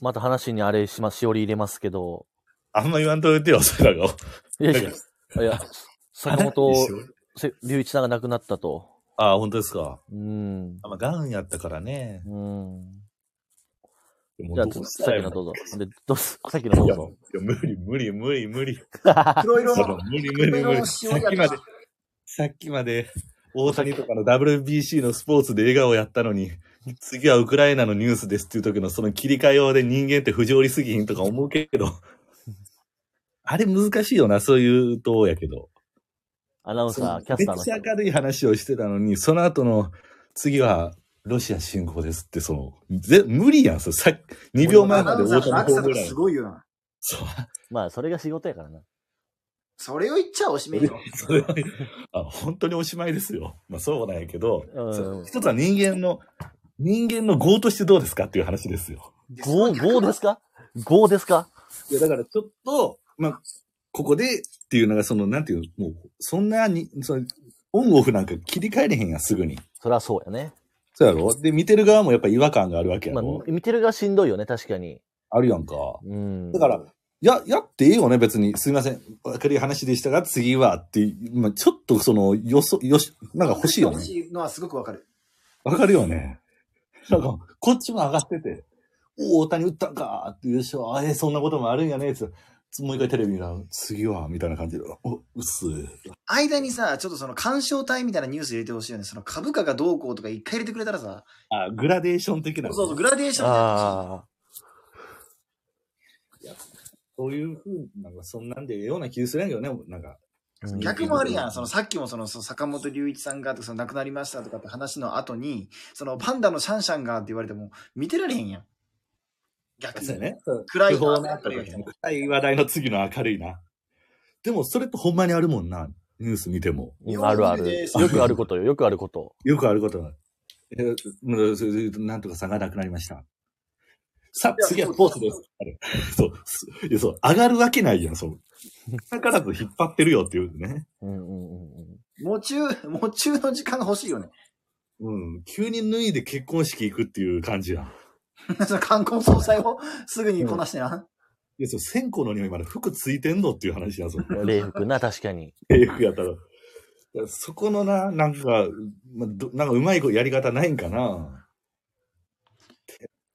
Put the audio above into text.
また話にあれします、しおり入れますけど。あんま言わんといてよ、それらが。いやいなんやか、いや坂本いいっすよせ隆一さんが亡くなったと。ああ、本当ですか。うん。あまあ、ガンやったからね。うん。もじゃあ、どうしさたっらいきいののどうぞ。で、どうぞ。 さっきのどいうや、ぞ。いや無理、無理、無理、無理。黒色そのの、無理、無黒理、無理さ色の。塩っき焼まきで、さっきまで、大谷とかの WBC のスポーツで笑顔やったのに、次はウクライナのニュースですっていう時のその切り替え用で人間って不条理すぎひんとか思うけど、あれ難しいよな、そういうとやけど。アナウンそサのー、キャスターのめっ人ちゃ。明るい話をしてたのに、その後の、次は、ロシア侵攻ですって、その、ぜ無理やん、それさっ2秒前まで大大谷谷ホームランす。ごいよな。そうまあ、それが仕事やからな。それを言っちゃおしめよ。 それはあ本当におしまいですよ。まあそうなんやけど、うんそ一つは人間の、人間の業としてどうですかっていう話ですよ。ゴー、ゴーですかゴーですかいやだからちょっと、まあ、ここでっていうのがその、なんていうの、もう、そんなに、そのオンオフなんか切り替えれへんやん、すぐに。そりゃそうやね。そうやろで、見てる側もやっぱ違和感があるわけやまあろ、、見てるがしんどいよね、確かに。あるやんか。うん。だから、や、やっていいよね、別に。すいません。わかる話でしたが、次はって、まあ、ちょっとその、よそ、よし、なんか欲しいよね欲。しいのはすごくわかる。わかるよね。なんか、こっちも上がってて、お大谷打ったんかっていう人は、あえーそんなこともあるんやねつつもう一回テレビ見たら、次は、みたいな感じで、お、うっす。間にさ、ちょっとその干渉体みたいなニュース入れてほしいよね。その株価がどうこうとか一回入れてくれたらさ、あ、グラデーション的な。そうそう、グラデーションみたいなのああ。そういうふうになんか、そんなんでええような気するんやけどね、なんか。うん逆もあるやん。そのさっきもそのその坂本龍一さんがとかその亡くなりましたとかって話の後に、そのパンダのシャンシャンがって言われても見てられへんやん。逆に。そうやね。暗い不法なった時に暗い話題の次の明るいな。でも、それってほんまにあるもんな、ニュース見ても。うんあるある。ですよくあることよ、よくあること。よくあることが。えーうんそれでなんとか差がなくなりました。さあ、次はスポーツです。あれ そうす、いや、そう、上がるわけないやん、そう。だからず引っ張ってるよっていうね。うんうんうんうん。もう中、もう中の時間が欲しいよね。うん、急に脱いで結婚式行くっていう感じやん。その冠婚葬祭をすぐにこなしてな。いや、そう、線香の匂いまで服ついてんのっていう話 やん、そう。礼服な、確かに。制服やったら。だからそこのな、なんか、まあどなんかうまいやり方ないんかな。